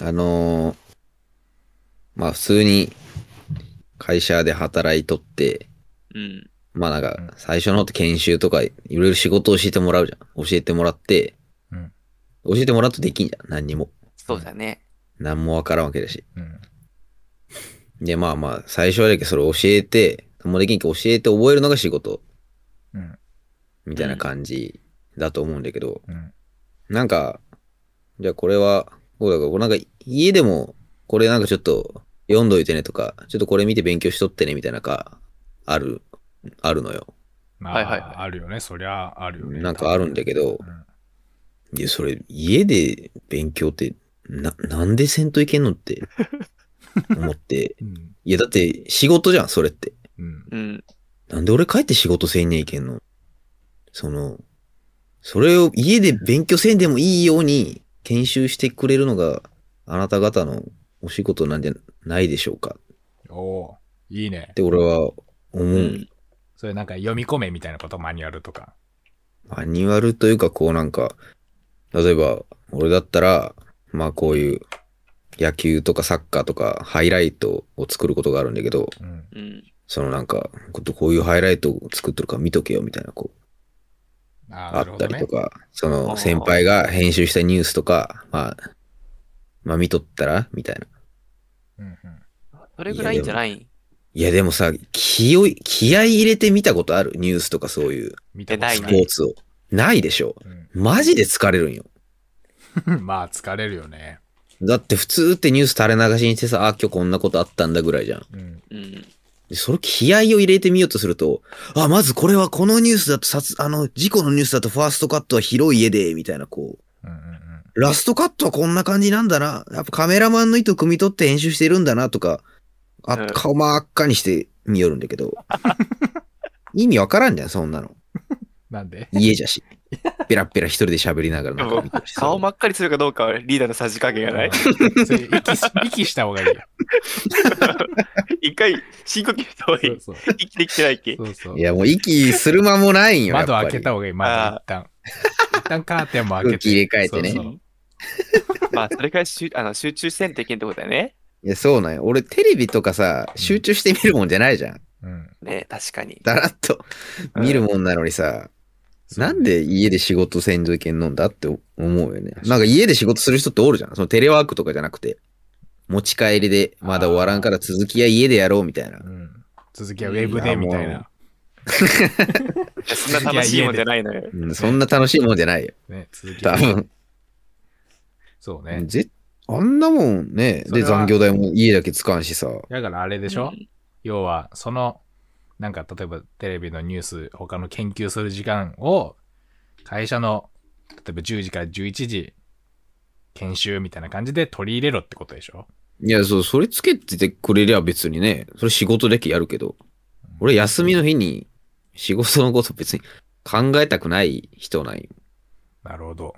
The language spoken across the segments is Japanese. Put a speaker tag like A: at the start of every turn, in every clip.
A: あのーまあ普通に会社で働いとって、
B: うん。
A: まあなん
C: うん
A: か最初の方って研修とかいろいろ仕事を教えてもらうじゃん。教えてもらって、
C: うん
A: 教えてもらうとできんじゃん。何にも。
B: そうだね。
A: 何もわからんわけだし。
C: うん。
A: で、まあまあ最初はだけどそれ教えて、もうできんけど教えて覚えるのが仕事
C: うん。
A: みたいな感じだと思うんだけど、
C: うん。
A: なんか、じゃあこれは、こうだから、これなんか家でも、これなんかちょっと読んどいてねとか、ちょっとこれ見て勉強しとってねみたいなか、ある、あるのよ。
C: まあ、
B: はいはいはい
C: あるよね。そりゃあるよね。
A: なんかあるんだけど
C: う、ん
A: いや、それ、家で勉強って、な、なんでせんといけんのって、思って。
C: うん。
A: いや、だって、仕事じゃん、それって。
C: うん。
B: うん。
A: なんで俺帰って仕事せんにゃいけんのその、それを家で勉強せんでもいいように研修してくれるのがあなた方のお仕事なんじゃないでしょうか
C: おおーいいね
A: っ。て俺は思う。
B: うん。
C: それなんか読み込めみたいなこと、マニュアルとか。
A: マニュアルというかこうなんか、例えば俺だったら、まあこういう野球とかサッカーとかハイライトを作ることがあるんだけど、
C: うん。
B: うん。
A: そのなんか、こういうハイライトを作っとるから見とけよみたいな、こう、
C: あー
A: あ
C: なる
A: っ
C: ほ
A: た
C: ど
A: り
C: ね
A: と。か、そ
B: あ
A: の
B: ー
A: 先輩が編集したニュースとか、まあ、まあ見とったらみたいな。
C: うん
B: それぐらいいいんじゃない
A: いやでもさ、気を、気合い入れて見たことあるニュースとかそういう
C: 見たこと
B: な
C: ない
A: ス
C: い
A: ポ
B: ね
A: ーツを。ないでしょ。マジで疲れるんよ。
C: うん、まあ疲れるよね。
A: だって普通ってニュース垂れ流しにしてさ、あ、今日こんなことあったんだぐらいじゃん。
C: うん。
B: うん。
A: でその気合を入れてみようとすると、あ、まずこれはこのニュースだと、さつあの、事故のニュースだとファーストカットは広い家で、みたいなこう、
C: うんうん
A: ラストカットはこんな感じなんだな。やっぱカメラマンの意図汲み取って編集してるんだなとか、あ
B: うん
A: 顔真っ赤にして見よるんだけど。意味わからんじゃん、そんなの。
C: なんで
A: 家じゃし。ペラッペラ一人で喋りながらなんか見てるし
B: 顔真っ赤にするかどうかはリーダーのさじ加減が ない。
C: うんそれ息し 息した方がいいよ。
B: 一回深呼吸した方がいい。
C: そう
B: 息できてないっけ。
C: そうそう
A: いや、もう息する間もないんよ。
C: 窓
A: やっぱ
C: 開
A: り
C: けた方がいい、窓一旦。一旦カーテンも開けて。
A: 空気入れ替えてね
C: そうそう
B: まあ、それから集あの集中せんといけんってことだね。
A: いや、そうなんよ。俺テレビとかさ、集中して見るもんじゃないじゃん。
C: うん。
B: ね、確かに。
A: だらっと
B: うん
A: 見るもんなのにさ、
C: そう
A: なんで家で仕事せんといけんのんだって思うよね。なんか家で仕事する人っておるじゃん。そのテレワークとかじゃなくて。持ち帰りで、まだ終わらんから続きは家でやろうみたいな
C: う。ん。続きはウェブでみたいな。
B: いやそんな楽しいもんじゃないのよ。
A: うん、そんな楽しいもんじゃないよ。
C: ね、続き
A: 多
C: は。
A: 分。
C: そうね。
A: ぜあんなもんね。
C: それ
A: で、
C: は
A: 残業代も家だけ使わんしさ。
C: だからあれでしょ
B: うん
C: 要は、その、なんか例えばテレビのニュース、他の研究する時間を、会社の、例えば10時から11時、研修みたいな感じで取り入れろってことでしょ
A: いや、そう、それつけててくれりゃ別にね、それ仕事だけやるけど、俺休みの日に仕事のこと別に考えたくない人なんよ。
C: なるほど。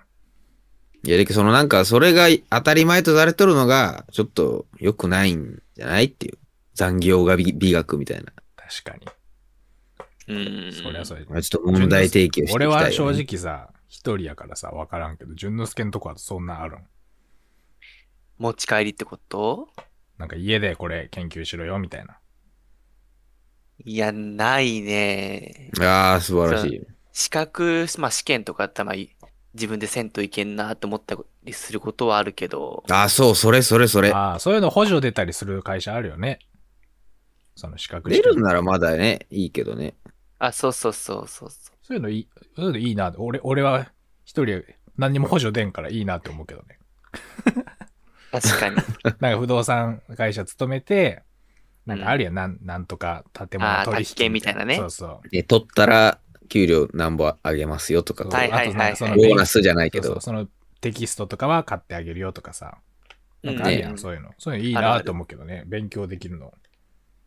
A: いや、だけどそのなんか、それが当たり前とされとるのが、ちょっと良くないんじゃないっていう。残業が美美学みたいな。
C: 確かに。
B: うん。
C: そりゃそうや。
A: まあちょっと問題提起をしていきた
C: 俺
A: い、
C: は正。直さ、一人やからさ、わからんけど、淳之介のとこはそんなあるん。
B: 持ち帰りってこと
C: なんか家でこれ研究しろよみたいな。
B: いや、ないね。
A: ああ、素晴らしい。
B: 資格、まあ試験とかたまに自分でせんといけんなと思ったりすることはあるけど、
A: ああ、そう、それそれそれ。
C: ああ、そういうの補助出たりする会社あるよね。その資格
A: 出
C: 試験
A: るんならまだね、いいけどね。
B: あ、そうそうそうそうそう。
C: そういうのいい、そういうのいいな。俺、俺は一人何にも補助出んからいいなって思うけど ね。
B: 確かに。
C: なんか不動産会社勤めて、なんかあるやん、なん、なんとか建物
B: あー
C: 取引
B: 宅建みたいなね
C: そうそう。
A: え、取ったら、給料何ぼあげますよとか、
C: そう
B: はいはいはいはい
C: あとなんかその
A: ボーナスじゃないけ
C: そうそ
A: ど
C: う、。そのテキストとかは買ってあげるよとかさ。なんかあるやん、
B: うん
C: そういうの。そういうのいい
B: あるあ
C: な
B: る
C: と思うけどね。勉強できるの。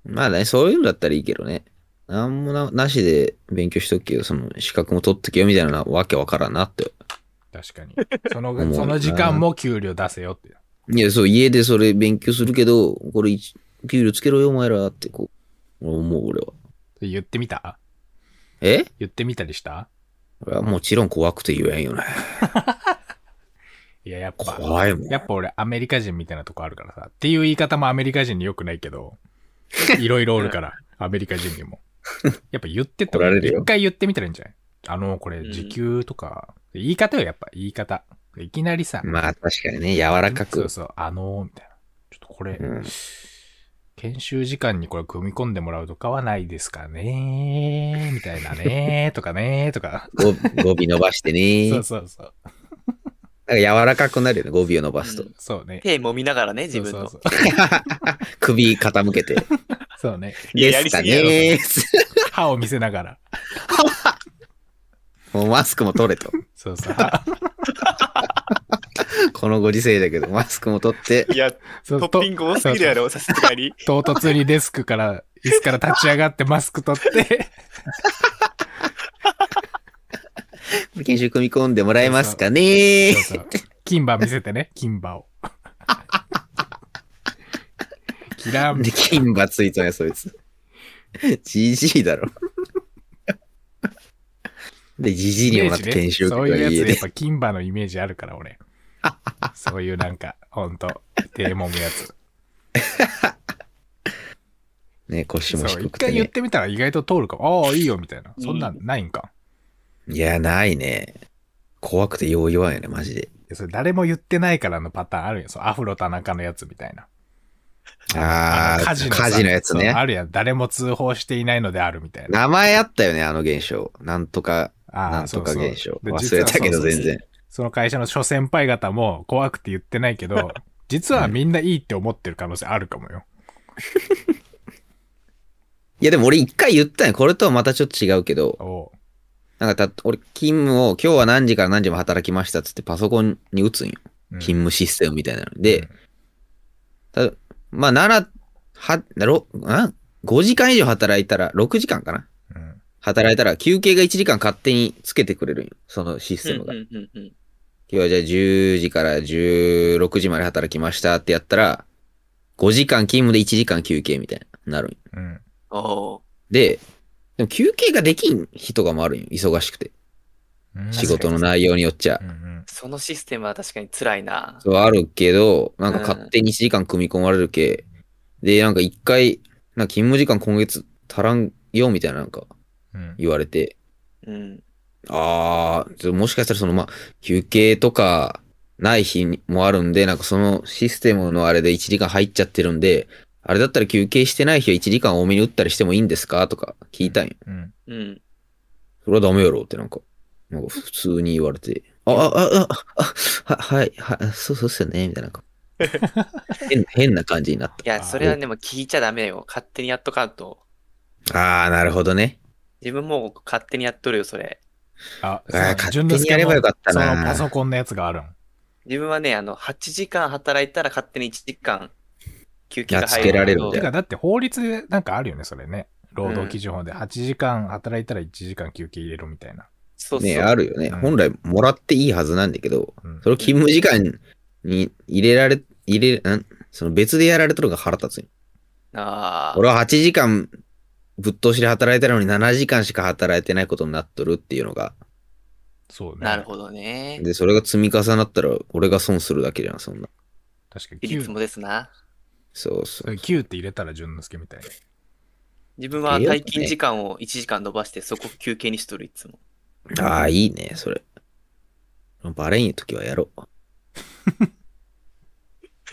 A: まあね、そういうのだったらいいけどね。なんもななしで勉強しとくけど、その資格も取っとけよみたいなわけわからんなって。
C: 確かに。その
A: 思う、な
C: その時間も給料出せよって。
A: いや、そう、家でそれ勉強するけど、これ一、給料つけろよ、お前らって、こう、思う、俺は。
C: 言ってみた
A: え
C: 言ってみたりした
A: 俺はもちろん怖くて言えんよね。
C: いや、やっぱ、
A: 怖いもん。
C: やっぱ俺アメリカ人みたいなとこあるからさ。っていう言い方もアメリカ人に良くないけど、いろいろおるから、アメリカ人にも。やっぱ言ってと
A: 怒られるよ
C: 一回言ってみたらいいんじゃないあの、これ、時給とか、言い方よ、やっぱ、言い方。いきなりさ、
A: まあ確かにね、柔らか
C: そ
A: く
C: う。そう、あのー、みたいな。ちょっとこれ、
A: うん
C: 研修時間にこれ組み込んでもらうとかはないですかねみたいなねとかねとか。
A: 語語尾伸ばしてね。
C: そ
A: なん
C: う
A: か
C: そうそう。
A: 柔らかくなるよね、語尾を伸ばすと
B: う。ん
C: そうね。
B: 手揉みながらね、自分の。
C: そうそうそう
A: 首傾けて。
C: そうね。
B: いや
A: で
B: や
A: す
B: りす
A: か
B: ぎやろ
A: ね。
C: 歯を見せながら。
A: もうマスクも取れと。
C: そ うそう。歯
A: このご時世だけど、マスクも取って、
B: いや、
C: そ
B: トッ
C: う
B: ピング多すぎるやろ、さすがに。
C: と唐突にデスクから、椅子から立ち上がってマスク取って。
A: 研修組み込んでもらえますかね
C: そうそう。金馬見せてね、金馬を。 キラーン
A: で、金馬ついたね、そいつ。じじいだろ。で、じじいにもなって研修と
C: そ
A: か
C: ういう
A: 家
C: やつやっ
A: で。
C: ぱ金馬のイメージあるか ら俺そういうなんかほんと手もむやつ
A: ね、腰も
C: そう
A: 低
C: 一
A: くて、
C: 回言っ
A: ね。
C: てみたら意外と通るかもああいいよみたいなそんなんないんか、
A: いや、ないね。怖くてよう弱いよね、マジで。
C: いやそれ誰も言ってないからのパターンあるよそうアフロ田中のやつみたいな
A: あ
C: の
A: ー、火
C: さ
A: 事のやつ
C: そう
A: ね。
C: あるやん誰も通報していないのであるみたいな
A: 名前あったよね、あの現象。なんとか、
C: ああ
A: なんとか
C: そうそう
A: 現象。
C: で
A: 忘れたけど、
C: 実はそうそう
A: 全然。
C: その会社の諸先輩方も怖くて言ってないけ ど実はみんないいって思ってる可能性あるかもよ
A: いや、でも俺一回言ったんよ。これとはまたちょっと違うけど、
C: おう
A: なんかた、俺、勤務を今日は何時から何時も働きましたっつってパソコンに打つんよ。
C: うん
A: 勤務システムみたいなので、たまあ、7、は、ろ、ん ?5 時間以上働いたら、6時間かな
C: うん
A: 働いたら、休憩が1時間勝手につけてくれるんよ。そのシス
B: うん
A: テムが。
B: うんうんうん
A: 今日はじゃあ10時から16時まで働きましたってやったら、5時間勤務で1時間休憩みたいな、なるんよ。
C: うん
B: おー
A: で、でも休憩ができん日とかもあるんよ。忙しくて。
C: うん
A: 仕事の内容によっちゃ
C: う。んうん
B: そのシステムは確かに辛いな。
A: そうあるけど、なんか勝手に1時間組み込まれるけ。で、なんか一回、なんか勤務時間今月足らんよみたいななんか
C: うん
A: 言われて、
B: うん。
A: あー、ちょもしかしたらそのまあ、休憩とかない日もあるんで、なんかそのシステムのあれで1時間入っちゃってるんで、あれだったら休憩してない日は1時間多めに打ったりしてもいいんですかとか聞いたんよ。
C: うん。
B: うん。
A: それはダメやろってなんか、なんか普通に言われて、あ、あ、あ、あ、あは、はい、は、そうそうっすよね、みたい な。なんか変変な感じになっ
B: いや、それはでも聞いちゃダメよ。勝手にやっとかんと。
A: た。ああー、なるほどね。
B: 自分も勝手にやっとるよ、それ。
C: あ、
A: あー
C: その
A: 勝手
C: 淳之
A: に
C: 介
A: やればよかった
C: もその
A: な
C: パ。ソコンのやつがあるん。
B: 自分はね、あの、8時間働いたら勝手に1時間休憩が入る。
A: やっつけられるんだ
C: て
A: よ
C: か、だって法律でなんかあるよね、それね。労働基準法で
B: うん
C: 8時間働いたら1時間休憩入れろみたいな。
B: そうそう。
A: ねあるよね。
C: うん
A: 本来もらっていいはずなんだけど、
C: うん
A: それを勤務時間に入れられ、入れ、んその別でやられとるが腹立つよ。
B: ああ。
A: 俺は8時間ぶっ通しで働いてるのに7時間しか働いてないことになっとるっていうのが、
C: そうね。
B: なるほどね。
A: で、それが積み重なったら俺が損するだけじゃん、そんな。
C: 確かに
B: 比率
C: 9
B: も、ですな。
A: そうそう。
C: 9って入れたら淳之介みたいな。
B: 自分は退勤時間を1時間伸ばして、そこ休憩にしとる、いつも。
A: ああ、いいね、それ。バレん時はやろう。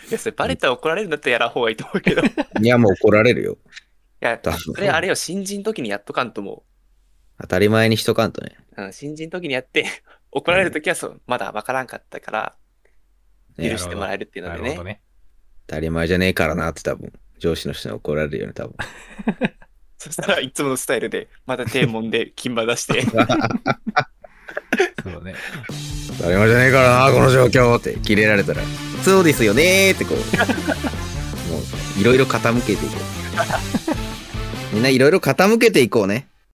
B: いや、それバレたら怒られるんだったらやらん方がいいと思う けど。い
A: いや、もう怒られるよ。
B: や、
A: 多分
B: それあれよ、新人時にやっとかんと思
A: 当たり前にしとかんとね。
B: う。うん、新人時にやって、 怒られる時はそう、まだわからんかったから、
A: ね
B: 許してもらえるっていう
C: な
B: ので
C: るほ
B: ね
C: ど。ね。
A: 当たり前じゃねえからなって多分、上司の人に怒られるよね、多分。
B: そしたらいつものスタイルで、また手もんで金馬出して、
C: そうね。
A: 当たり前じゃねえから な、この状況ってキレられたら、そうですよねーってこう、 もう、いろいろ傾けていこう。みんないろいろ傾けていこうね。